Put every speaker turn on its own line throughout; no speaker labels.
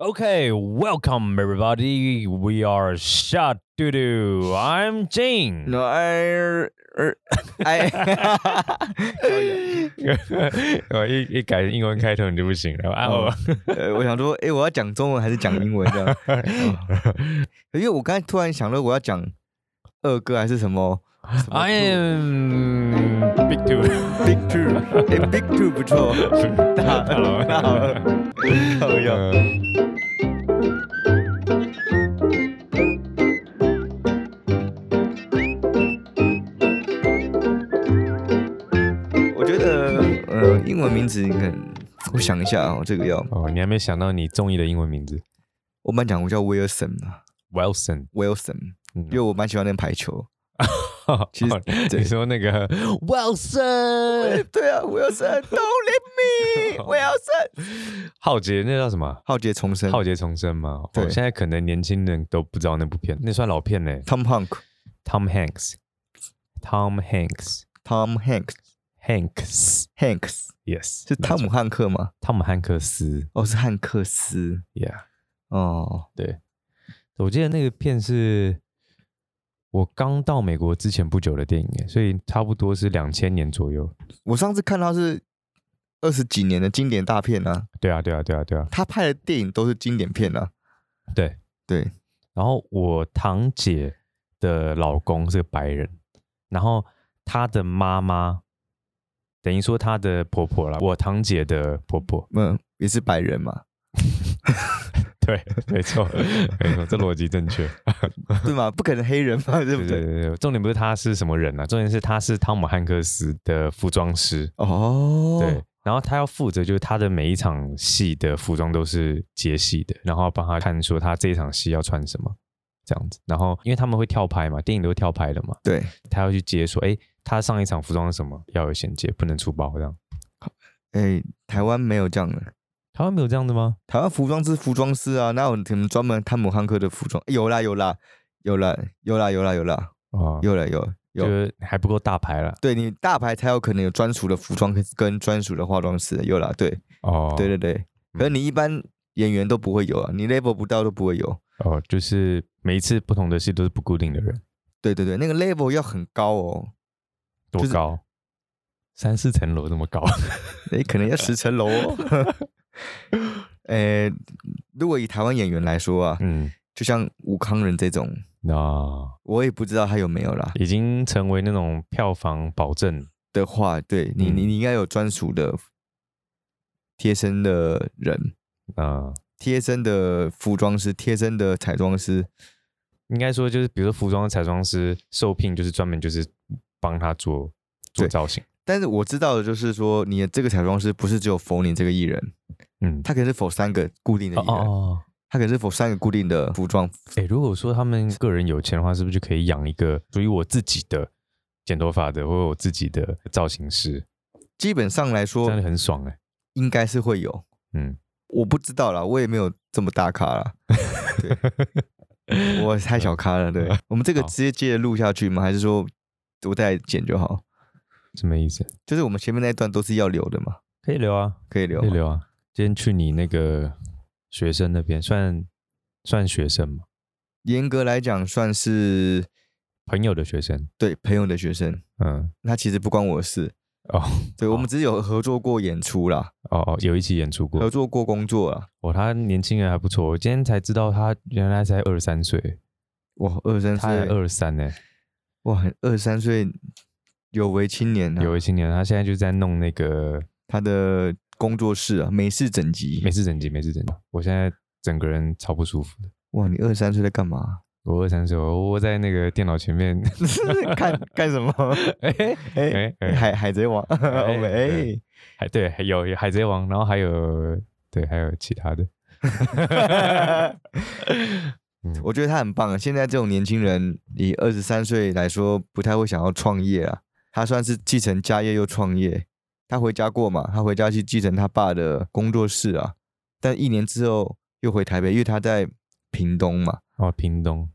Okay, welcome everybody. We are Shot Doo Doo. I'm Jane.
No, I, er, I，可以
Oh,
啊
我一一改英文开头你就不行了啊！
Oh.
我
呃，我想说，哎、我要讲中文还是讲英文这样？哦因为我刚才突然想到，我要讲二哥还是什么
I am big two，
Big Two，哎、b i g Two 不错，大
大 佬
大佬，好呀。
嗯
我觉得，呃，英文名字你看，我想一下啊、哦，这个要，
哦，Oh, 你还没想到你中意的英文名字
我蛮讲，我叫威尔森嘛
Wilson，
，Wilson，
嗯
因为我蛮喜欢练排球。其实对
你说那个 Wilson，
对啊，威尔森，Don't leave me，威尔森。
浩劫那叫什么？
浩劫重生，
浩劫重生吗？哦，
对
现在可能年轻人都不知道那部片，那算老片嘞。
Tom Hanks。
Tom Hanks，Tom Hanks，Hanks，Yes，
Tom Hanks Hanks 是汤姆汉克吗？
汤姆汉克斯
哦，是汉克斯
，Yeah，
哦，
对。我记得那个片是我刚到美国之前不久的电影耶，所以差不多是两千年左右。
我上次看他是二十几年的经典大片啊，
对啊，对啊，对啊，对啊，
他拍的电影都是经典片啊。
对。
对，
然后我堂姐的老公是个白人，然后她的妈妈，等于说她的婆婆啦，我堂姐的婆婆，
嗯，也是白 人嘛，
对，没错，没错，这逻辑正确。
对吗？不可能黑人嘛，对
对对
不对？
对对，重点不是她是什么人啊，重点是她是汤姆汉克斯的服装师，
哦，
对，，然后她要负责就是她的每一场戏的服装都是接戏的，然后帮她看说她这一场戏要穿什么这样子，然后因为他们会跳拍嘛，电影都会跳拍的嘛，
对，
他要去接说，哎，他上一场服装是什么，要有衔接，不能出包这样。
哎，台湾没有这样的。
台湾没有这样的吗？
台湾服装是服装师啊，哪有什么专门汤姆汉克的服装？有啦有啦有啦有啦有啦有啦
啊、
有啦有有
就是还不够大牌了。
对你大牌才有可能有专属的服装跟跟专属的化妆师，有啦，对，
哦，
对对对，可是你一般演员都不会有啊，你 label 不到都不会有，
哦，就是每一次不同的戏都是不固定的人，
对对对，那个 label 要很高哦，
多
就是
高？三四层楼这么高？
诶，可能要十层楼哦。 呃，如果以台湾演员来说啊，
嗯，
就像吴康仁这种，
那
我也不知道他有没有啦
已经成为那种票房保证。
的话，对你你
嗯
你应该有专属的贴身的人，
啊，
贴身的服装师，贴身的彩妆师，
应该说就是，比如说服装彩妆师受聘，就是专门就是帮他做做
对
造型。
但是我知道的就是说，你的这个彩妆师不是只有否你这个艺人，
嗯，
他可能是否三个固定的
哦
艺人，
哦哦，
他可能是否三个固定的服装。
哎、如果说他们个人有钱的话，是不是就可以养一个属于我自己的剪头发的，或者我自己的造型师？
基本上来
真
说
的，很爽哎、
应该是会有，
嗯，
我不知道啦，我也没有这么大咖啦， 对，我太小咖了。对，我们这个
嗯好
直接接着录下去吗？还是说我再剪就好？
什么意思？
就是我们前面那一段都是要留的嘛，
可以留啊，
可以留
可以
吗。
留啊。今天去你那个学生那边，算算学生吗？
严格来讲，算是
朋友的学生，
对朋友的学生，
嗯，
那其实不关我的事。
哦
对，
好
我们只是有合作过演出啦，
哦哦，有一起演出过
合，作过工作啦。
哦，他年轻人还不错，我今天才知道他原来才二十三岁，
哇，二十三
他才
岁，
二十三呢，
哇，二十三岁有为青年啊！
有一青年，他现在就在弄那个
他的工作室啊，美式整集
美。式整脊，美式整脊，我现在整个人超不舒服。
哇，你二十三岁在干嘛？
我二三十，我窝在那个电脑前面，
看干什么？
哎
哎、
哎哎，
海海贼王，
哎
哎
对，还对，还有有海贼王，然后还有对，还有其他的，哎
哎
嗯
我觉得他很棒。啊现在这种年轻人，以二十三岁来说，不太会想要创业啊。他算是继承家业又创业。他回家过嘛？他回家去继承他爸的工作室啊。但一年之后又回台北，因为他在屏东嘛。
哦，屏东，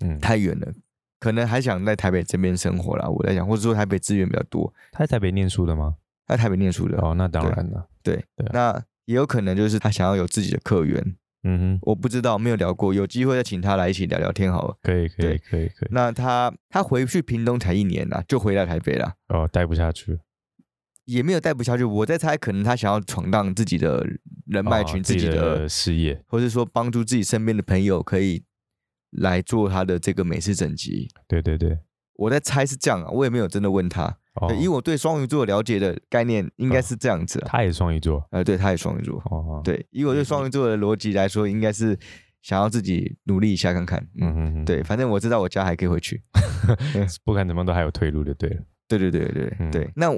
嗯，
太远了，可能还想在台北这边生活啦。我在想，或者说台北资源比较多，
他在台北念书的吗？
在台北念书的，
哦，那当然了，
对，
对啊
那也有可能就是他想要有自己的客源，
嗯哼，
我不知道，没有聊过，有机会再请他来一起聊聊天好了。
可以可以
对
可以可以，
那他他回去屏东才一年啦，就回来台北啦，
哦，待不下去，
也没有待不下去。我在猜，可能他想要闯荡自己的人脉
哦
群，
自
自己的
的，事业，
或是说帮助自己身边的朋友可以来做他的这个美式整集。
对对对，
我在猜是这样啊，我也没有真的问他，
哦，
呃对因为我对双鱼座了解的概念应该是这样子啊。
他也是双鱼座，
呃，对，他也双鱼座，
哦，，
对，以我对双鱼座的逻辑来说，应该是想要自己努力一下看看。
嗯
嗯，
哼哼，
对，反正我知道我家还可以回去。
不管怎么样都还有退路就对了，
对对对对
嗯
对。那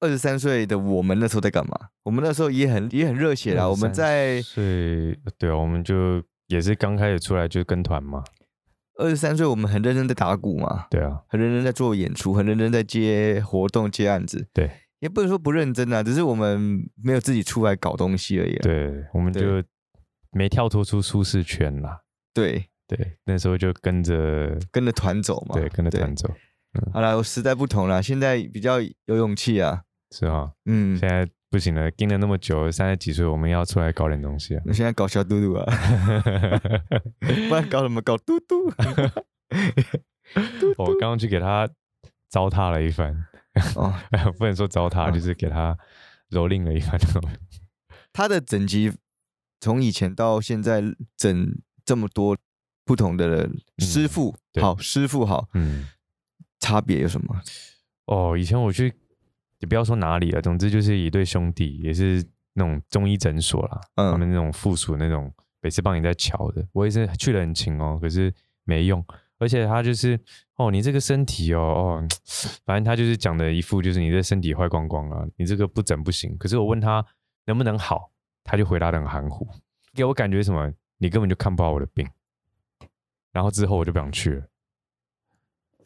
二十三岁的我们那时候在干嘛？我们那时候也很也很热血啦。我们在
所以对啊，我们就也是刚开始出来就跟团嘛，
二十三岁，我们很认真在打鼓嘛，
对啊，
很认真在做演出，很认真在接活动、接案子。
对，
也不能说不认真啊，只是我们没有自己出来搞东西而已啦。啊
对，我们
对
就没跳脱出舒适圈啦，
对，
对，那时候就跟着，
跟着团走嘛。
对，跟着团。走，
好啦，我时代不同啦，现在比较有勇气啊。
是啊，
嗯，
现在不行了，盯了那么久，三十几岁，我们要出来搞点东西啊，
我现在搞小嘟嘟啊， 不然搞什么？搞 嘟嘟
我刚刚去给他糟蹋了一番，
哦。
不能说糟蹋，就是给他蹂躏了一番。
他的整集从以前到现在整这么多不同的师傅，
嗯对
好师傅好，
嗯，
差别有什么？
哦，以前我去，也不要说哪里了，总之就是一对兄弟，也是那种中医诊所啦，他
嗯
们那种附属那种，每次帮你在瞧的，我也是去了很勤哦，可是没用。而且他就是哦，你这个身体哦哦， 反正他就是讲的一副就是你这身体坏光光啊，你这个不整不行。可是我问他能不能好，他就回答的很含糊，给我感觉什么，你根本就看不好我的病。然后之后我就不想去了，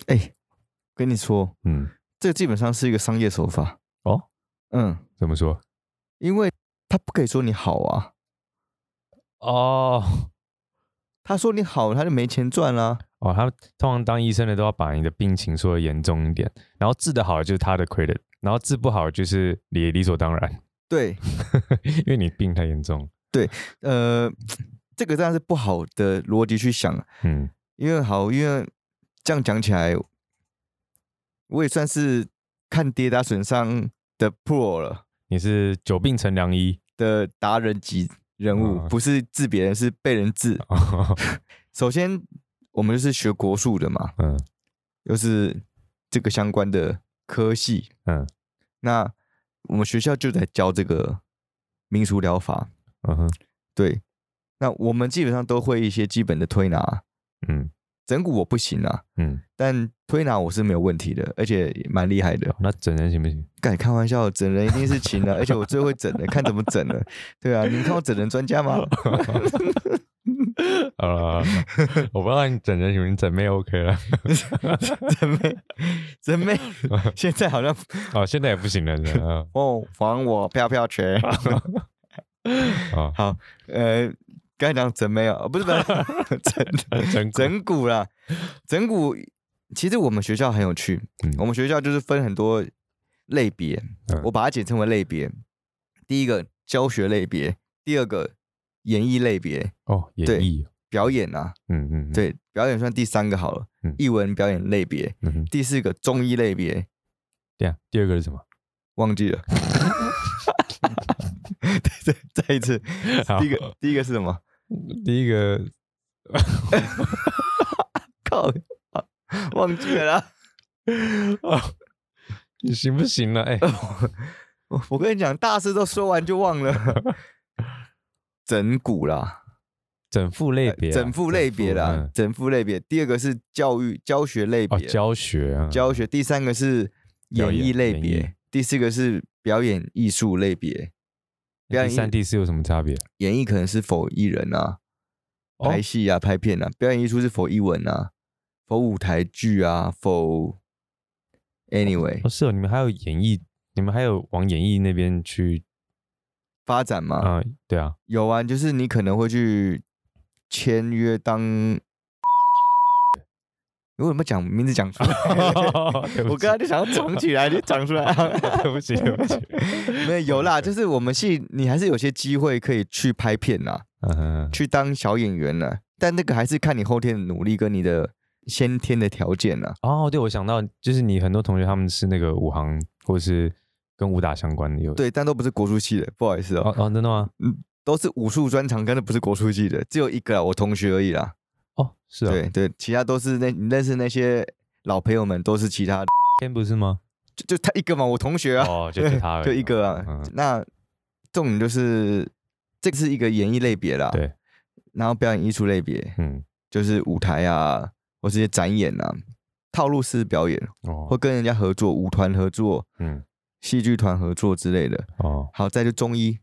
哎、跟你说，
嗯，
这基本上是一个商业手法
哦，
嗯，
怎么说？
因为他不可以说你好啊，
哦
他说你好，他就没钱赚啦、
哦，他通常当医生的都要把你的病情说的严重一点，然后治得好就是他的 credit，然后治不好就是理理所当然，
对，
因为你病太严重。
呃，这个当然是不好的逻辑去想，
嗯，
因为好，因为这样讲起来，我也算是看跌打损伤的 pro 了。
你是久病成良医，
的达人级人物，
哦
不是治别人，是被人治。
哦、
首先，我们就是学国术的嘛，
嗯
又是这个相关的科系。
嗯
那我们学校就在教这个民俗疗法，
嗯哼
对。那我们基本上都会一些基本的推拿，
嗯
整骨我不行啊，
嗯，
但推拿我是没有问题的，而且也蛮厉害的。
那整人行不行？
敢开玩笑，整人一定是勤的，而且我最会整的，看怎么整的。对啊，你们看过整人专家吗？
好了，好了我不知道你整人行不行，整妹 OK 了。
真妹，真妹，现在好像
哦，现在也不行了，是吧啊
哦，还我飘 飘拳。
哦
好，呃，刚才讲真妹哦，不是不是
整
整
骨
整蛊啦，整蛊。其实我们学校很有趣，
嗯
我们学校就是分很多类别，
嗯
我把它简称为类别。第一个教学类别，第二个演艺类别，
哦，演
对
绎，
表演啊，
嗯嗯，嗯，
对，表演算第三个好了
嗯，
艺文表演类别，
嗯哼，
第四个中医类别，
对啊，第二个是什么？
忘记 了。再再再一次，
好
第一个第一个是什么？
第一个
靠，啊忘记了啦。
哦，你行不行 了？哎、
我我跟你讲，大事都说完就忘了。 整蛊啦，
整副类别啊、
呃整副类别啦
嗯，
整副类别。第二个是教育教学类
哦，
别，
教学啊，
教学。第三个是
表
演
演
艺类
演
别
艺，
第四个是表演艺术类别。表演
第三、
艺
第四有什么差别？
演艺可能是否艺人啊，
哦
拍戏啊、拍片啊，表演艺术是否艺文啊，否舞台剧啊，否 anyway
哦，是哦，你们还有演艺，你们还有往演艺那边去
发展嘛。
啊、对 啊，
有啊，就是你 可能会去签约当，因我有没有讲名字讲出来？
对不
我
起
刚刚就想要 藏起来，就讲出来。
对不起，对不起。
没有 有啦，就是我们系你还是有些机会可以去拍片啦，
嗯，
去当小演员啦，但那个还是看你后天的努力跟你的先天的条件啊啦。
哦，对，我想到就是你很多同学他们是那个武行或是跟武打相关的有。
对，但都不是国术系的，不好意思哦、
哦哦，真的吗？
都是武术专长，跟的不是国术系的，只有一个啊啦，我同学而已啦。
哦，是啊，
对对，其他都是那你认识那些老朋友们，都是其他的
天不是吗？
就就他一个嘛，我同学啊，
哦，就是他而已嘛，
就一个啊。
嗯
那重点就是这个是一个演艺类别啦，
对，
然后表演艺术类别
嗯，
就是舞台啊，或是一些展演啊，套路式表演，或
哦，
跟人家合作，舞团合作、
嗯，
戏剧团合作之类的。
哦，
好，再就中医，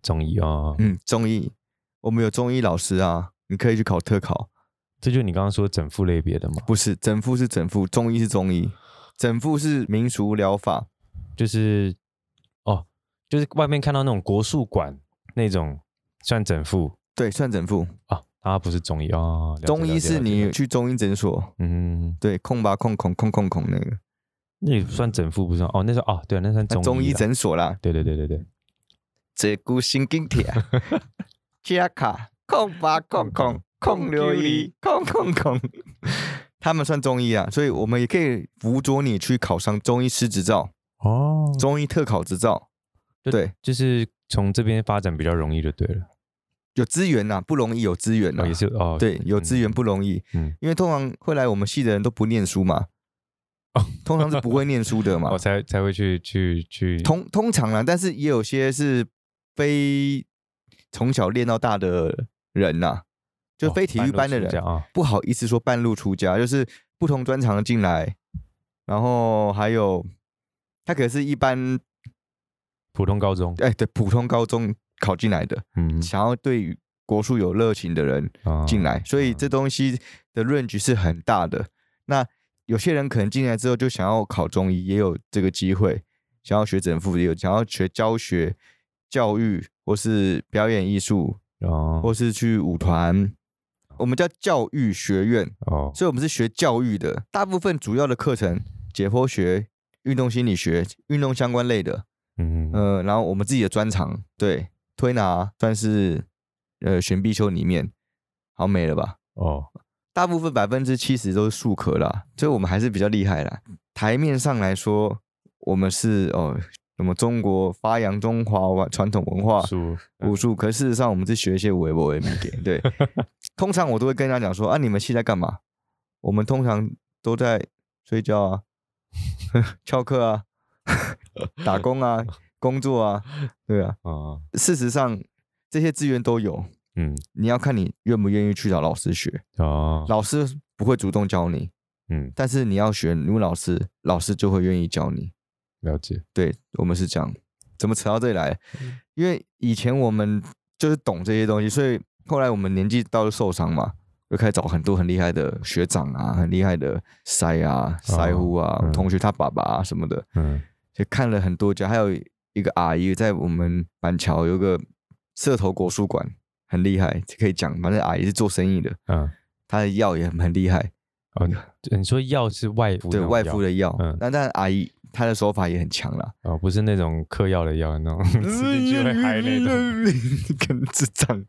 中医哦，
嗯，中医，我们有中医老师啊，你可以去考特考。
这就是你刚刚说整副类别的嘛，
不是整复是整复，中医是中医，整复是民俗疗法。
就是哦，就是外面看到那种国术馆那种算整副
对，算整复。
啊，它不是中医哦，了解
中医
了
是，
解了
你
解
去中医诊所，
嗯，
对，空吧空空空空空那个，啊
那也算整副不算哦，那算哦，对，那算
那
中
中医
啦，
诊所啦，
对对对对对，
这股神经铁， 加卡空吧空空空琉璃空空空， 他们算中医啊，所以我们也可以辅佐你去考上中医师执照、
哦，
中医特考执照。
就
对，
就是从这边发展比较容易就对了，
有资源呐、不容易有资源呐、啊
哦，也是哦，
对，有资源不容易，
嗯
因为通常会来我们系的人都不念书嘛，
哦
通常是不会念书的
我
嘛，
才才会去去去，
通通常啦，但是也有些是非从小练到大的人呐、就
哦
非体育班的
半路出
人，
家啊，
不好意思说半路出家，就是不同专长的进来，然后还有他可是一般
普通高中，
哎对普通高中考进来的，
嗯，
想要对于国术有热情的人，
啊
进来，所以这东西的论据是很大的。那有些人可能进来之后就想要考中医，也有这个机会；想要学整复，也有想要学教学、教育，或是表演艺术，
哦
或是去舞团。我们叫教育学院，
哦，
所以我们是学教育的。大部分主要的课程，解剖学、运动心理学、运动相关类的，
嗯嗯
呃，然后我们自己的专长，对推拿算是呃悬臂修里面，好没了吧？
哦，
大部分百分之七十都是术科啦，所以我们还是比较厉害啦。台面上来说，我们是哦，我们中国发扬中华文传统文化
书
武术，可事实上我们是学一些维博维米给。对，通常我都会跟人家讲说啊，你们系在干嘛？我们通常都在睡觉啊、 翘课啊、 打工啊、工作啊，对啊。
啊，
事实上，这些资源都有，
嗯
你要看你愿不愿意去找老师学。
哦，
老师不会主动教你，
嗯，
但是你要学，你问老师，老师就会愿意教你。
了解，
对我们是这样，怎么扯到这里来？因为以前我们就是懂这些东西，所以后来我们年纪到了受伤嘛，就开始找很多很厉害的学长啊，很厉害的塞啊、塞呼啊、
嗯
同学他爸爸啊什么的，
嗯
就看了很多家，还有一个阿姨在我们板桥有个社头国术馆，很厉害，可以讲，反正阿姨是做生意的，
嗯，
她的药也很很厉害。
哦，你说药是外敷那
对
种
外
药
敷的药
嗯，
那、但阿姨她的手法也很强啦，
哦，不是那种嗑药的药那 种，吃进去会嗨那种，
跟智 障。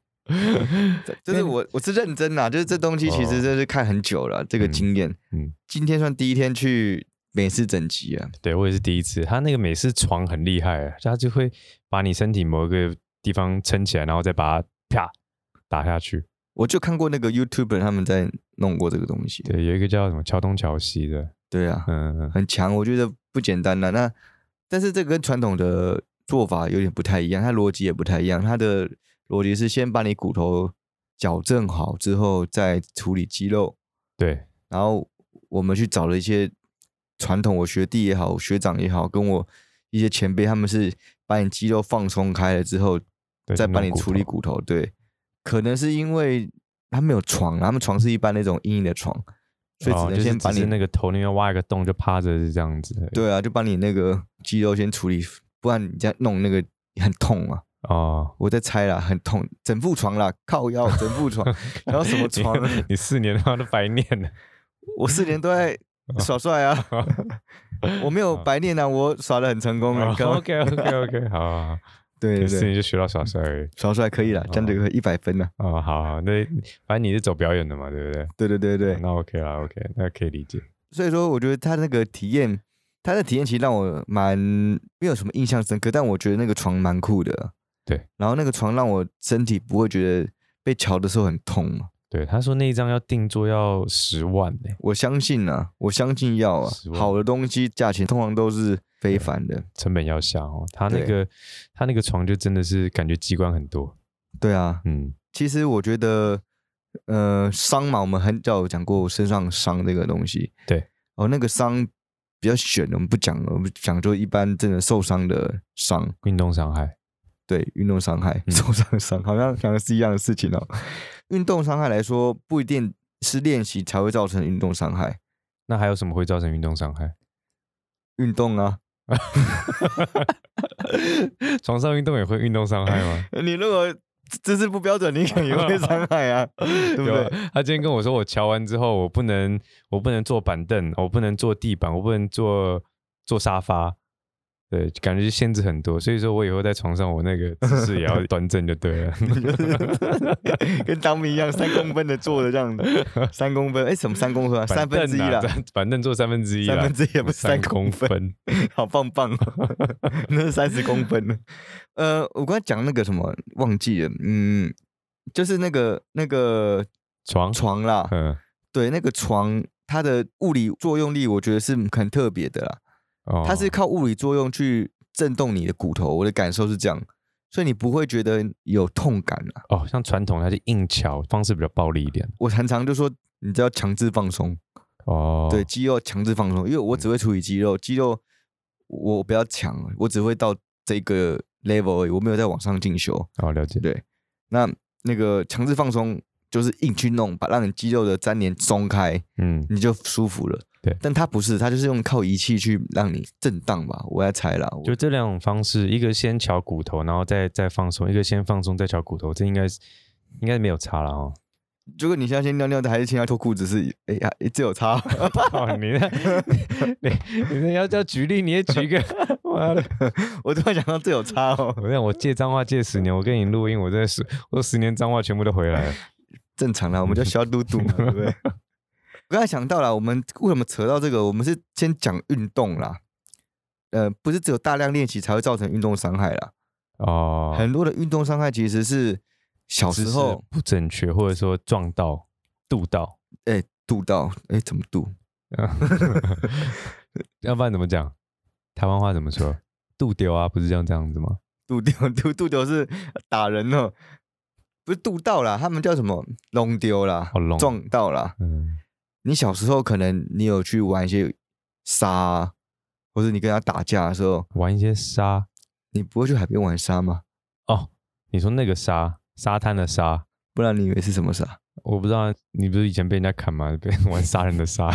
就是我我是认真啦，就是这东西其实真是看很久了，这个经验。
哦嗯嗯
今天算第一天去美式整脊啊，
对我也是第一次，他那个美式床很厉害，他就会把你身体某一个地方撑起来，然后再把它啪打下去。
我就看过那个 YouTuber 他们在弄过这个东西。
对，有一个叫什么桥东桥西的，
对啊，
嗯，嗯
很强，我觉得不简单啦。那但是这个跟传统的做法有点不太一样，它逻辑也不太一样。它的逻辑是先把你骨头矫正好之后，再处理肌肉。
对，
然后我们去找了一些传统，我学弟也好，我学长也好，跟我一些前辈，他们是把你肌肉放松开了之后，
对
再
就
帮
弄
你
骨
处理
头
骨头。对，可能是因为他们有床，他们床是一般那种硬硬的床，所以
哦
只
就
能
是
先把
只
你、
是那个头里面挖一个洞就趴着是这样子而已。
对啊，就把你那个肌肉先处理，不然你这样弄那个很痛啊。
哦，
我在猜啦，很痛， 整副床啦，靠腰，整副床，然后什么床？
你四年的话都白念了。
我四年都在耍 帅啊，我没有白念啊，我耍的很成功 啊。干嘛
OK OK OK，好哦好好，
对
这
对
事
对，
情就学到耍帅而已。
耍帅可以了，这样就可以一百分了。
哦，好好，那反正你是走表演的嘛，对不对？
对对对对，
那 OK 啦，OK，那可以理解。
所以说，我觉得他那个体验，他的体验其实让我蛮没有什么印象深刻，但我觉得那个床蛮酷的。啊
对，
然后那个床让我身体不会觉得被瞧的时候很痛嘛。
对，他说那一张要定做要十万呢、
我相信啊，我相信要啊
十，万
好的东西价钱通常都是非凡的。
成本要下哦。他那
对
个他那个床就真的是感觉机关很多，
对啊，
嗯，
其实我觉得，呃，伤嘛，我们很早有讲过身上伤这个东西。
对，
哦，那个伤比较选，我们不讲了，我们讲就一般真的受伤的伤。
运动伤害，
对运动伤害、
嗯
受伤伤，好像讲的是一样的事情哦。运动伤害来说，不一定是练习才会造成运动伤害，
那还有什么会造成运动伤害？
运动啊，
床上运动也会运动伤害吗？
你如果姿势不标准，你可能也会伤害啊， 对不
有啊
对？
他今天跟我说，我瞧完之后，我不能，我不能坐板凳，我不能坐地板，我不能坐坐沙发，对，感觉限制很多。所以说我以后在床上，我那个姿势也 要端正就对了。
跟当兵一样，三公分的坐着这 样子，三公分，哎，什么三公分啊？ 三分之一
板
啦
凳，啊，三板凳坐三分之一啦，
三分之一也啊不是三公分，
分。
好棒棒哦， 那是三十公分呢。呃，我刚才讲那个什么忘记了，嗯，就是那个那个
床，
床啦，
嗯，
对，那个床它的物理作用力，我觉得是很特别的啦。
哦，
它是靠物理作用去震动你的骨头，我的感受是这样，所以你不会觉得有痛感啊。
哦，像传统它是硬敲，方式比较暴力一点。
我常常就说，你知道强制放松，
哦，嗯
对，肌肉强制放松，因为我只会处理肌肉，肌肉我比较强，我只会到这个 level 而已，我没有在往上进修。
哦，了解。
对，那那个强制放松就是硬去弄，把让你肌肉的粘连松开，
嗯，
你就舒服了。
对
但它不是，它就是用靠仪器去让你震荡吧，我在猜啦。我
就这两种方式，一个先敲骨头，然后再再放松；一个先放松再敲骨头，这应该是应该没有差了 哦。
如果你现在先尿尿的，还是先要脱裤子是，哎呀，这有差。
哦，你那你你那要要举例，你也 举一个，妈的！
我突然想到这有差哦，
我让我借脏话借十年，我跟你录音，我这十我十年脏话全部都回来了。
正常啦，我
嗯
们叫小嘟 嘟嘛，对不对？我刚才想到了，我们为什么扯到这个？我们是先讲运动啦，呃，不是只有大量练习才会造成运动伤害啦，
哦，
很多的运动伤害其实哦是小时
姿势
候，
不正确，或者说撞到、度到，
哎、度到，哎、怎么度？
要不然怎么讲？台湾话怎么 说？度丢啊，不是这样这样子吗？
渡 丢渡渡丢是打人哦，不是渡到啦，他们叫什么弄丢啦，
哦弄
撞到啦。
嗯，
你小时候可能你有去玩一些沙啊，或者你跟他打架的时候，
玩一些沙
你不会去海边玩沙吗？
哦。你说那个沙，沙滩的沙，
不然你以为是什么沙？
我不知道，你不是以前被人家砍吗？ 被玩杀人的 杀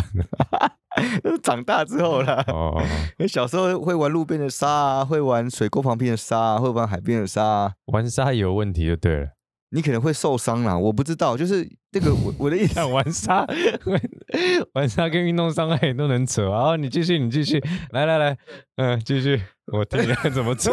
长大之后啦，
哦，
你小时候会玩路边的沙啊，会玩水沟旁边的沙啊，会玩海边的沙啊。
玩沙也有问题就对 了。
你可能会受伤啦，我不知道，就是那个 我我的意思，
但玩沙， 玩玩沙跟运动伤害都能扯啊！你继续，你继续，来来来，嗯，继续，我听你看怎么扯。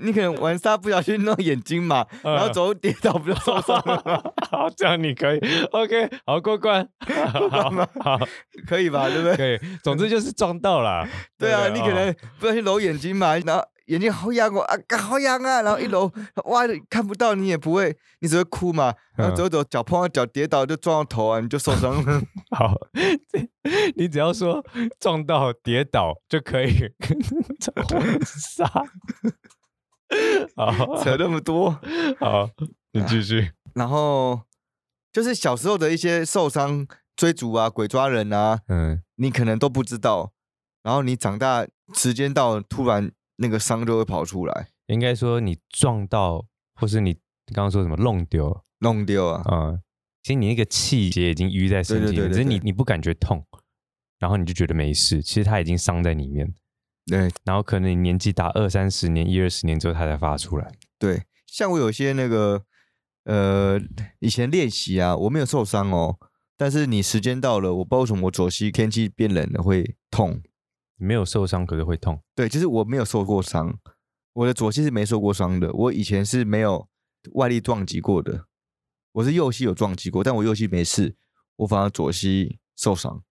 你可能玩沙不小心弄眼睛 嘛，然后
嗯
走路跌倒不就受伤 了吗？
好，这样你可以，OK，好过关，好
吗
好
可以吧？对不对？
可以。总之就是撞到 啦。
对啊，
不
你可能
哦
不小心揉眼睛嘛，然后眼睛好痒哦，啊，干好痒啊，然后一揉， 哇，看不到，你也不会，你只会哭嘛。然后走走，脚碰到脚跌倒就撞到头啊，你就受伤 了。
好， 这你只要说撞到跌倒就可以 婚纱。好
扯那么多，
好，你继续。
然后就是小时候的一些受伤、追逐啊、鬼抓人啊，
嗯，
你可能都不知道。然后你长大，时间到了，突然那个伤就会跑出来，
应该说你撞到，或是你刚刚说什么弄丢
弄丢啊。
啊、其实你那个气血已经淤在身体里面，
对对对对
只是你
对
你不感觉痛，然后你就觉得没事，其实它已经伤在里面。
对
然后可能你年纪大二三十年、一二十年之后，它才发出来。
对，像我有些那个呃，以前练习啊，我没有受伤哦，但是你时间到了，我不知道为什么我左膝天气变冷了会痛。
没有受伤，可是会痛。
对，就是我没有受过伤，我的左膝是没受过伤的，我以前是没有外力撞击过的，我是右膝有撞击过，但我右膝没事，我反而左膝受伤。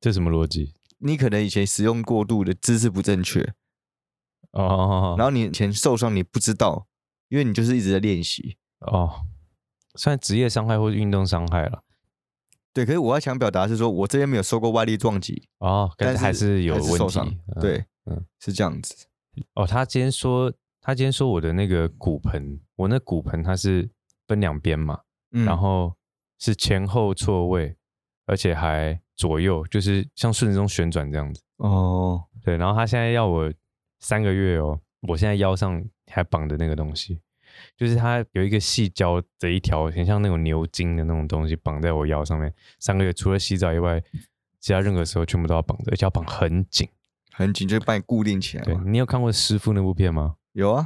这什么逻辑？
你可能以前使用过度的姿势不正确，
哦哦
然后你以前受伤你不知道，因为你就是一直在练习。
哦哦，算职业伤害或是运动伤害了。
对，可是我要想表达是说，我这边没有受过外力撞击，
哦，
但
是还
是
有问
受
题
伤。。
嗯，
对，
嗯
是这样子。
哦，他今天说，他今天说我的那个骨盆，我那骨盆它是分两边嘛，
嗯
然后是前后错位，而且还左右，就是像顺时钟旋转这样子。
哦，
对，然后他现在要我三个月哦，我现在腰上还绑着那个东西，就是他有一个细胶的一条，很像那种牛筋的那种东西绑在我腰上面。三个月除了洗澡以外，其他任何时候全部都要绑着，而且要绑很紧。
很紧，就把你固定起来
对
嘛。
你有看过师傅那部片吗？
有啊，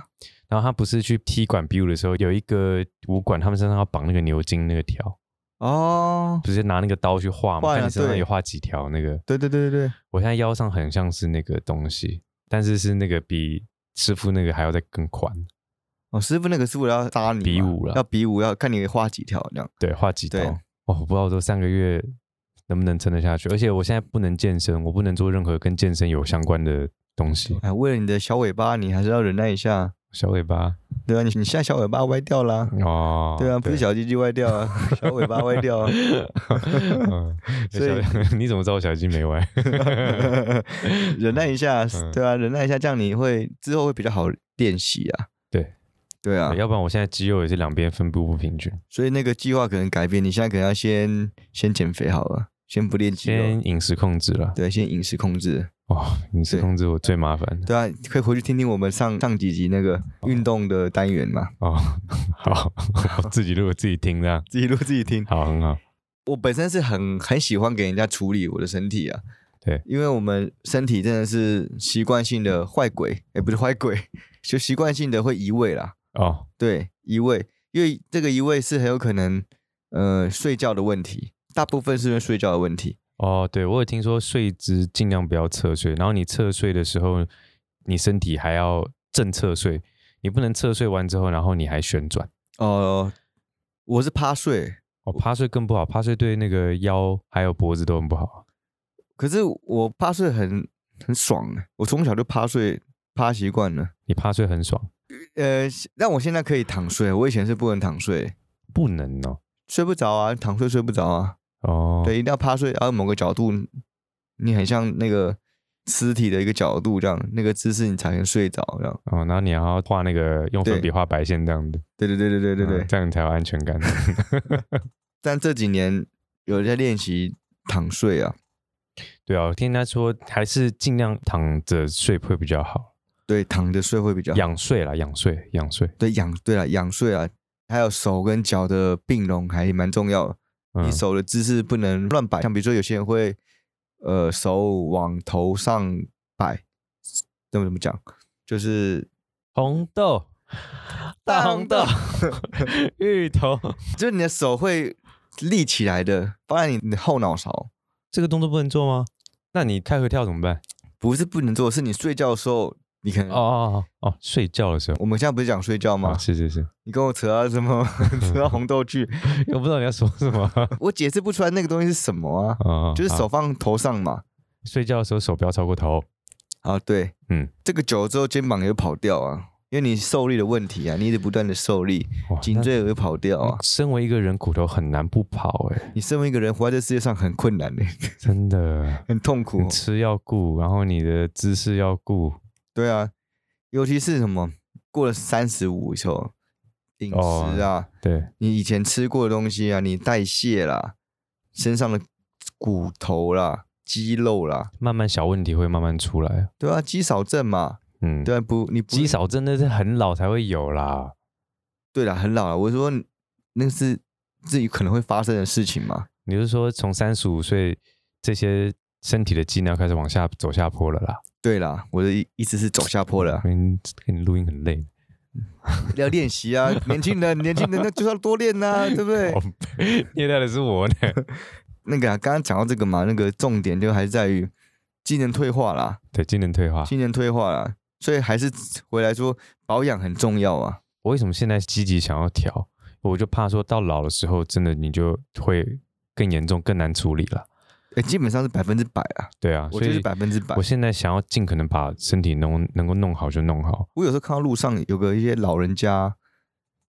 然后他不是去踢馆比武的时候，有一个武馆，他们身上要绑那个牛筋那个条，
哦，
不是拿那个刀去画
画
嘛？
呀
看你身上
对
有画几条那个。
对对对对对，
我现在腰上很像是那个东西，但是是那个比师傅那个还要再更宽，
哦，师傅那个师傅要扎你嘛，
比武啦
要比武，要看你画几条这样。
对，画几刀
对。
哇，我不知道我这三个月能不能撑得下去，而且我现在不能健身，我不能做任何跟健身有相关的东西。
哎，为了你的小尾巴，你还是要忍耐一下，
小尾巴
对啊，你你现在小尾巴歪掉啦，
哦，
对啊，不是小鸡鸡歪掉啊， 小尾巴歪掉啊。
嗯，
所
所
以
以 你怎么知道我小鸡没歪？
忍耐一下，
嗯
对啊，忍耐一下，这样你会之后会比较好练习啊。
对，哎
对啊，
要不然我现在肌肉也是两边分布不平均，
所以那个计划可能改变，你现在可能要先先减肥好了，先不练肌肉，
先饮食控制了。
对，先饮食控制。
哦，饮食
对
控制我最麻烦
对啊，可以回去听听我们上上几集那个运动的单元嘛，
哦。 好，我自己录我自己听这样，
自己录自己听。
好，很好。
我本身是很很喜欢给人家处理我的身体啊，
对
因为我们身体真的是习惯性的坏鬼，也不是坏鬼， 就习惯性的会移位啦，
哦，
对，移位，因为这个移位是很有可能，呃，睡觉的问题，大部分是因为睡觉的问题，
哦，对，我有听说睡姿尽量不要侧睡，然后你侧睡的时候，你身体还要正侧睡，你不能侧睡完之后，然后你还旋转。
哦、我是趴睡，
哦，趴睡更不好，趴睡对那个腰还有脖子都很不好。
可是我趴睡很很爽、欸，我从小就趴睡，趴习惯了，
你趴睡很爽，
呃，但我现在可以躺睡，我以前是不能躺睡，
不能哦。
睡不着啊，躺睡睡不着啊，
哦，
对，一定要趴睡，然后某个角度，你很像那个尸体的一个角度这样，那个姿势你才能睡着这样。
哦，然后你还要画那个用粉
对
笔画白线这样的，
对对对对对对对。
嗯这样你才有安全感。
但这几年有在练习躺睡啊，
对啊，我听他说还是尽量躺着睡会比较好，
对，躺着睡会比较好。
仰睡啦，仰睡，仰睡。
对仰，对了，仰睡啊，还有手跟脚的并拢还蛮重要的。
嗯
你，手的姿势不能乱摆，像比如说有些人会，呃，手往头上摆，怎么怎么讲，就是
红 豆，大红豆， 芋头，
就是你的手会立起来的，包含你的后脑勺。
这个动作不能做吗？那你开合跳怎么办？
不是不能做，是你睡觉的时候，你可能
哦哦哦哦，睡觉的时候。
我们现在不是讲睡觉吗？
啊，是是是，
你跟我扯到什 么扯到红豆去，
我不知道你要说什么。
我解释不出来那个东西是什么啊，
哦，
就是
好
手放头上嘛。
睡觉的时候手不要超过头。
啊，对，
嗯，
这个久了之后肩膀也跑掉啊，因为你受力的问题啊，你一直不断的受力，
哇
颈椎也会跑掉
那
啊。
身为一个人骨头很难不跑哎、
你身为一个人活在这世界上很困难的、
真的。
很痛苦
你
哦。
吃要顾，然后你的姿势要顾。
对啊，尤其是什么过了三十五以后，饮
哦
食啊，
对，
你以前吃过的东西啊，你代谢啦，身上的骨头啦、肌肉啦，
慢慢小问题会慢慢出来。
对啊，肌少症嘛，
嗯，
对啊，不，你不
肌少真的是很老才会有啦。
对啦，很老了。我是说你那是自己可能会发生的事情嘛，
你是说从三十五岁这些身体的机能开始往下走下坡了啦？
对啦，我的意意思是走下坡了啊，
嗯，跟你录音很累。
要练习啊，年轻人，年轻人那就是要多练呐、对不
哦
对？
虐待的是我 呢。
那个啊，刚刚讲到这个嘛，那个重点就还是在于机能退化啦，
对，机能退化。
机能退化啦，所以还是回来说保养很重要啊。
我为什么现在积极想要调？我就怕说到老的时候，真的你就会更严重、更难处理了。
哎，基本上是百分之百啊，
对啊，
我
所
觉得
以
是百分之百
我。现在想要尽可能把身体能能够弄好就弄好。
我有时候看到路上有个一些老人家，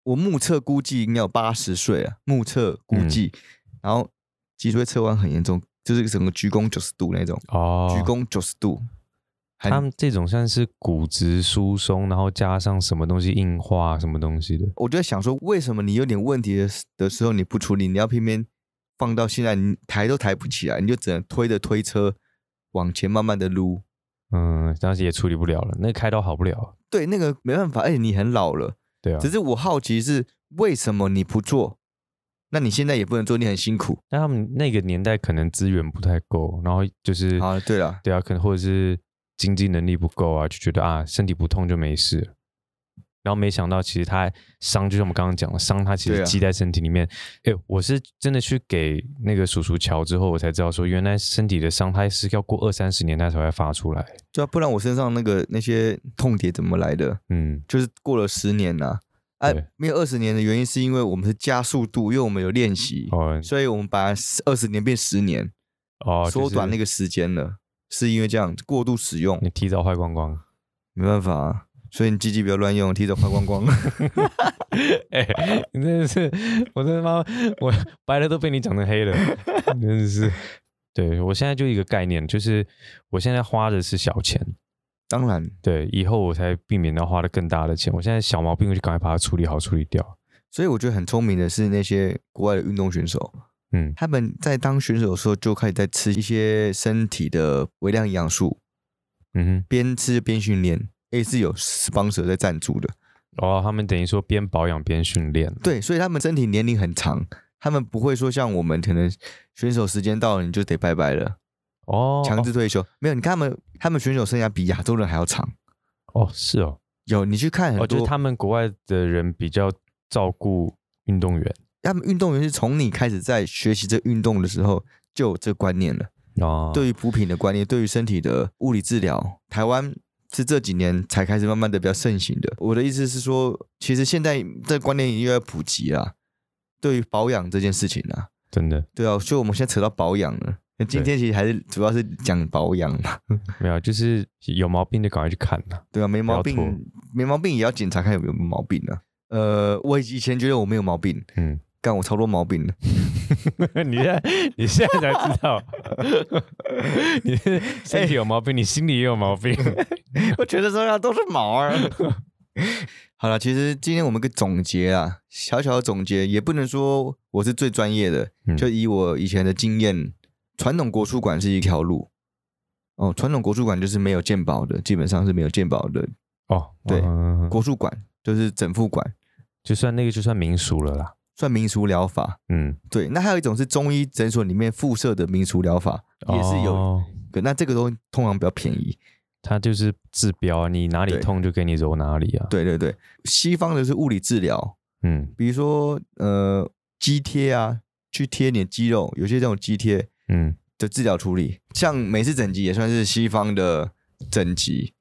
我目测估计应该有八十岁了，目测
嗯
估计，然后脊椎侧弯很严重，就是整个鞠躬九十度那种，
哦，
鞠躬九十度，很
他们这种像是骨质疏松，然后加上什么东西硬化什么东西的，
我就在想说，为什么你有点问题的时的时候你不处理，你要偏偏放到现在，你抬都抬不起来，你就只能推着推车往前慢慢的撸。
嗯，当时也处理不了了，那个开刀好不了。啊
对，那个没办法，而且你很老了。
对啊，
只是我好奇是为什么你不做？那你现在也不能做，你很辛苦。
但他们那个年代可能资源不太够，然后就是
啊对啦
对啊，可能或者是经济能力不够啊，就觉得啊身体不痛就没事了。然后没想到，其实他伤，就像我们刚刚讲的，伤他其
对
实
啊
积在身体里面。哎、我是真的去给那个叔叔瞧之后，我才知道说，原来身体的伤，它是要过二三十年它才会发出来。
对啊，不然我身上那个那些痛点怎么来的？
嗯，
就是过了十年呐、哎、
对
没有二十年的原因是因为我们是加速度，因为我们有练习，
哦
所以我们把二十年变十年。
哦，
缩短那
个，
个时间了，是因为这样过度使用，
你提早坏光光。
没办法、啊，所以你鸡鸡不要乱用，提早花光光。
哎、你真的是，我真的妈，我白的都被你讲成黑了，真的是。对我现在就一个概念，就是我现在花的是小钱，
当然，
对，以后我才避免要花的更大的钱。我现在小毛病，我就赶快把它处理好，处理掉。
所以我觉得很聪明的是那些国外的运动选手，
嗯，
他们在当选手的时候就开始在吃一些身体的微量营养素，
嗯
边吃边训练，也是有 sponsor 在赞助的。
哼，哦，他们等于说边保养边训练。
对，所以他们身体年龄很长，他们不会说像我们可能选手时间到了你就得拜拜了，
哦，
强制退休。没有，你看他们，他们选手生涯比亚洲人还要长。
哦，是哦，
有，你去看很多，
哦，就是他们国外的人比较照顾运动员
他们运动员是从你开始在学习这运动的时候就有这观念了，
哦，
对于补品的观念，对于身体的物理治疗，台湾是这几年才开始慢慢的比较盛行的。我的意思是说，其实现在这观念已经越来越普及啦，对于保养这件事情啊，
真的
对啊，所以我们现在扯到保养了。那今天其实还是主要是讲保养嘛，
没有，就是有毛病就赶快去看呐、
对啊，没毛
不要拖
病，没毛病也要检查看有没有毛病啊。呃，我以前觉得我没有毛病，
嗯，
干我超多毛病的，
你现在你现在才知道， 你
哎
是身体有毛病，你心里也有毛 病。
我觉得身上都是毛啊儿。 好了，其实今天我们个总结啊，小小的总结，也不能说我是最专业的，
嗯
就以我以前的经验，传统国术馆是一条路。哦，传统国术馆就是没有鉴宝的，基本上是没有鉴宝的。
哦，
对
嗯
国术馆就是整复馆，
就算那个就算民俗了啦。
算民俗疗法。
嗯，
对，那还有一种是中医诊所里面附设的民俗疗法，也是有。
哦
那这个东西通常比较便宜。
它就是治标啊，你哪里
对
痛就给你揉哪里啊。，
对对对，西方的是物理治疗，
嗯
比如说呃肌贴啊，去贴你的肌肉，有些这种肌贴
嗯，
的治疗处理，像美式整脊也算是西方的整脊。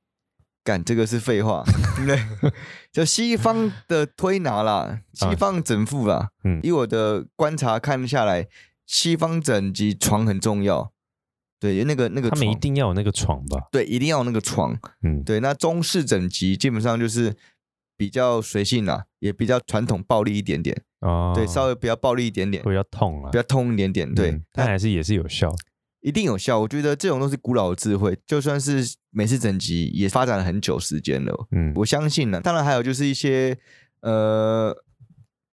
干这个是废 话，对不对？就西方的推拿啦，西方整复啦，
啊嗯
以我的观察看下来，西方整脊床很重要，对，那个那个
他们一
床，
定要有那个床吧？
对，一定要有那个床，
嗯，
对，那中式整脊基本上就是比较随性啦，也比较传统暴力一点点，
哦，
对，稍微比较暴力一点点，
会要痛啊
比。较痛一点点，对，
嗯但
但
还是也是有效。
一定有效。我觉得这种都是古老的智慧，就算是美式整脊也发展了很久时间了，
嗯，
我相信啊呢。当然还有就是一些呃，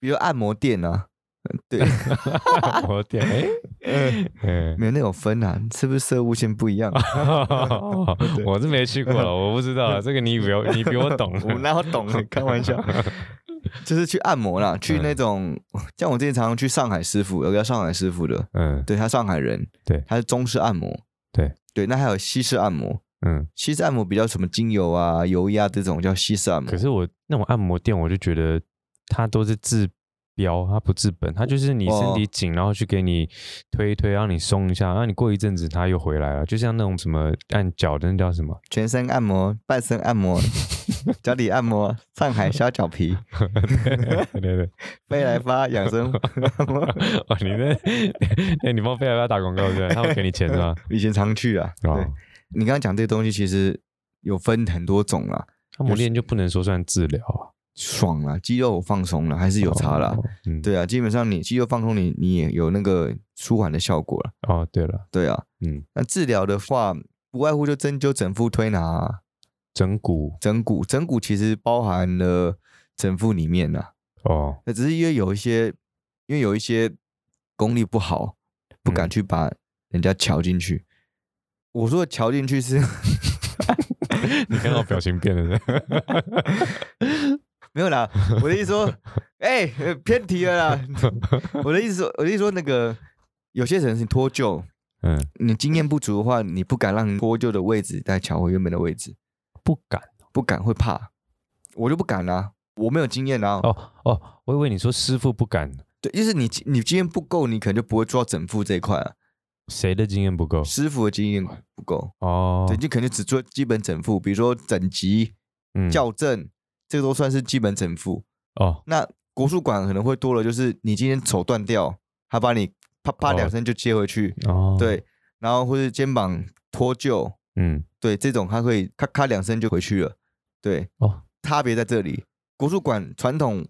比如按摩店啊，呃对，
我天， 哎 嗯，
没有那种分啊，是不是色物线不一
啊
样？
我是没去过了，我不知道啊这个你比我你比我懂。
我哪有懂？ 开玩笑，就是去按摩啦，去
嗯
那种、像我之前常常去上海师傅，有个叫上海师傅的，
嗯，
对他上海人，
对
他是中式按摩，
对
对，那还有西式按摩，
嗯，
西式按摩比较什么精油啊、油压这种叫西式按摩
可。是我那种按摩店，我就觉得它都是治标，它不治本，它就是你身
哦
体紧，然后去给你推一推，让你松一下，然后你过一阵子它又回来了，就像那种什么按脚的那叫什么，
全身按摩、半身按摩、脚底按摩、上海小 脚皮、
对对对，
飞来发养生按摩，
哦，你那， 哎，你帮飞来要打广告对不对？他会给你钱是吧？
以前常去啊。 对，
哦，
你刚刚讲这东西其实有分很多种啦，
按摩店就不能说算治疗啊，
爽啦，肌肉放松啦，还是有差啦。
哦，嗯，
对啊，基本上你肌肉放松你，你也有那个舒缓的效果了。
哦，对了，
对啊，
嗯，
那治疗的话，不外乎就针灸、整腹推拿、
整骨
整骨。整骨其实包含了整腹里面呐、
哦，
那只是因为有一些，因为有一些功力不好，不敢
嗯
去把人家瞧进去。我说的瞧进去是
你看到表情变了是 吧
没有啦，我的意思说， 哎、呃偏题了啦。我的意思说，我的意思说，那个有些人是脱臼，
嗯，
你经验不足的话，你不敢让脱臼的位置再瞧回原本的位置，
不敢。
不敢会怕，我就不敢啦、我没有经验啊。
哦哦，我以为你说师傅不敢，
对，就是你你经验不够，你可能就不会做到整腹这一块啊。
谁的经验不够？
师傅的经验不够，
哦，
对，你可能就只做基本整腹，比如说整脊、
嗯
校正，这个都算是基本整腹。
哦
那国术馆可能会多了，就是你今天手断掉，他把你啪啪
哦
两声就接回去，
哦，，
对，然后或是肩膀脱臼，
嗯
对，这种他可以咔咔两声就回去了，对，
哦，
差别在这里。国术馆传统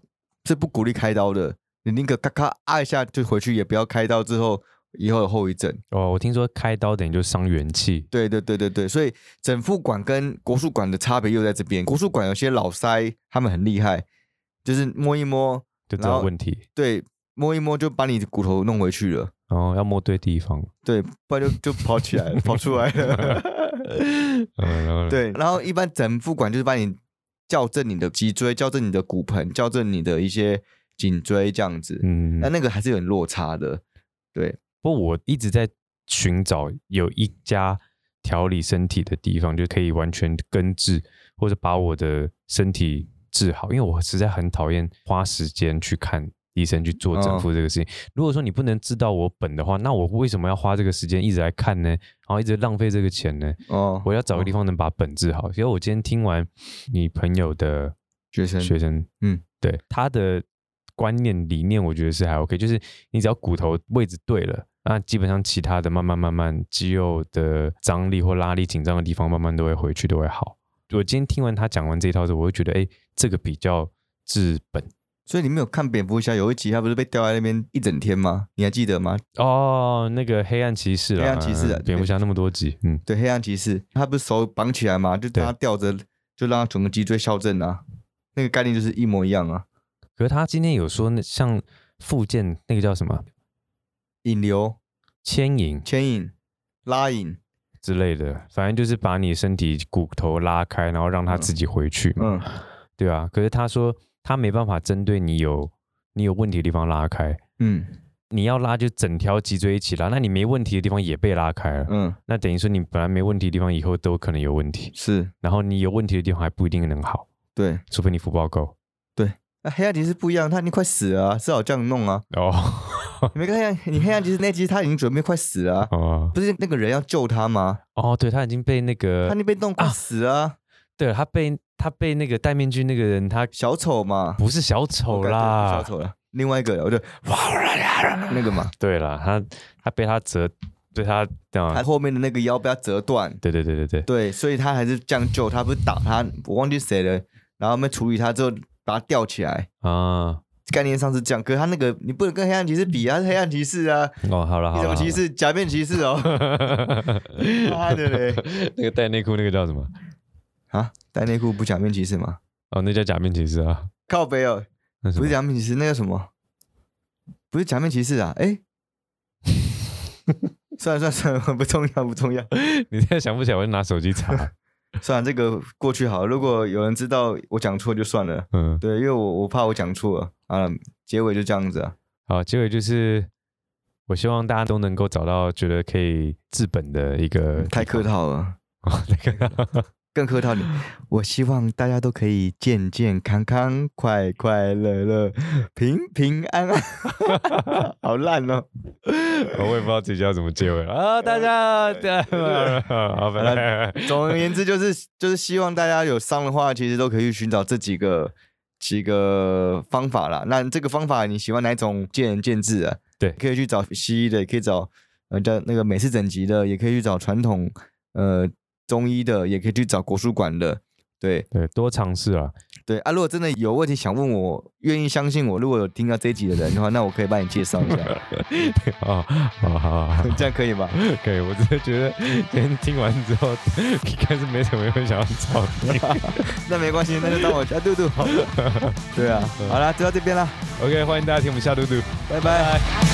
是不鼓励开刀的，你宁可咔咔啊一下就回去，也不要开刀之后以后有后遗症。
哦，我听说开刀等于就伤元气，
对对对对对，所以整复馆跟国术馆的差别又在这边。国术馆有些老塞他们很厉害，就是摸一摸，
就知
然
道
后
问题。
对，摸一摸就把你的骨头弄回去了，
哦，要摸对地方。
对，不然就就跑起来了，跑出来 了。
嗯，然后呢，
对，然后一般整复馆就是把你校正你的脊椎，校正你的骨盆，校正你的一些颈椎这样子。
嗯，
那那个还是有点落差的，对，
不过我一直在寻找有一家调理身体的地方，就可以完全根治或者把我的身体治好，因为我实在很讨厌花时间去看医生去做
嗯
整复这个事情。如果说你不能治到我本的话，那我为什么要花这个时间一直来看呢？然后一直浪费这个钱呢？
哦，
我要找个地方能把本治好。所以我今天听完你朋友的
学生，
学生，
嗯，
对他的观念理念，我觉得是还 OK，就是你只要骨头位置对了，那基本上其他的慢慢慢慢肌肉的张力或拉力紧张的地方，慢慢都会回去，都会好。我今天听完他讲完这一套之后，我会觉得，哎，这个比较治本
所以你没有看蝙蝠侠有一集，他不是被吊在那边一整天吗？你还记得吗？
哦。那个黑暗骑士啦，
黑暗骑士啊
嗯蝙蝠侠那么多集，嗯，
对，黑暗骑士，他不是手绑起来嘛，就
对
让他吊着，就让他整个脊椎校正啊，那个概念就是一模一样啊。
可是他今天有说，那像附件那个叫什么
引流、
牵引
牵引、拉引，
之类的，反正就是把你身体骨头拉开，然后让它自己回去嘛。
嗯，
对啊，可是他说他没办法针对你有你有问题的地方拉开，
嗯
你要拉就整条脊椎一起拉，那你没问题的地方也被拉开了，
嗯，
那等于说你本来没问题的地方以后都可能有问题，
是
然后你有问题的地方还不一定能好，
对。
除非你福报够
那黑暗骑士不一样，他已经快死了、啊，至少这样弄啊。
哦
你没看见你黑暗骑士那集他已经准备快死了啊、
哦
不是那个人要救他吗？
哦，对他已经被那个
他那边弄快
啊
死啊，
对了他被他被那个戴面具那个人他
小丑嘛，
不是小丑
哦对
啦，
不是小丑啦，另外一个我就那个嘛，
对啦，他他被他折被他
他
啊，
后面的那个腰被他折断，
对对对对对，
对，所以他还是这样救他，不是打他，我忘记谁了，然后他们处理他之后把他吊起来，
啊
概念上是这样。可是他那个你不能跟黑暗骑士比啊，他是黑暗骑士啊，
哦好了
你
好
怎
了
么，
好
骑
了
士？假面骑士 哦，妈的嘞！
那个戴内裤那个叫什么？
啊，戴内裤不假面骑士吗？
哦，那叫假面骑士啊，
靠北哦，
那什
不
么
是假面骑士，那个什么，不是假面骑士啊，哎。 算了算了算了， 不重要不重要。
你现在想不起来，我就拿手机 查。
算了，这个过去好了。如果有人知道我讲错就算了，
嗯，
对，因为我我怕我讲错了啊。结尾就这样子啊，
好，结尾就是我希望大家都能够找到觉得可以治本的一个
太客
地方。
套了。
那个
更客套点，我希望大家都可以健健康康、快快乐乐、平平安 安。好烂哦！
我也不知道自己要怎么结尾了啊！大 家，对， 好，拜拜。
总而言之，就是就是希望大家有伤的话，其实都可以去寻找这几个几个方法啦。那这个方法你喜欢哪一种，见仁见智啊。
对
可以去找西医的，也可以找呃叫那个美式整脊的，也可以去找传统呃中医的，也可以去找国术馆的。对
对，多尝试 啊。
对啊，如果真的有问题想问我，愿意相信我，如果有听到这一集的人的话，那我可以帮你介绍一 下，
哦，好好好，
这样可以吧？
可以。我真的觉得今天听完之后， 应该是没什么人想要找你。
那没关系，那就当我家杜 啊杜好了。对啊，好啦，就到这边啦，
OK，欢迎大家听我们下嘟嘟。
拜拜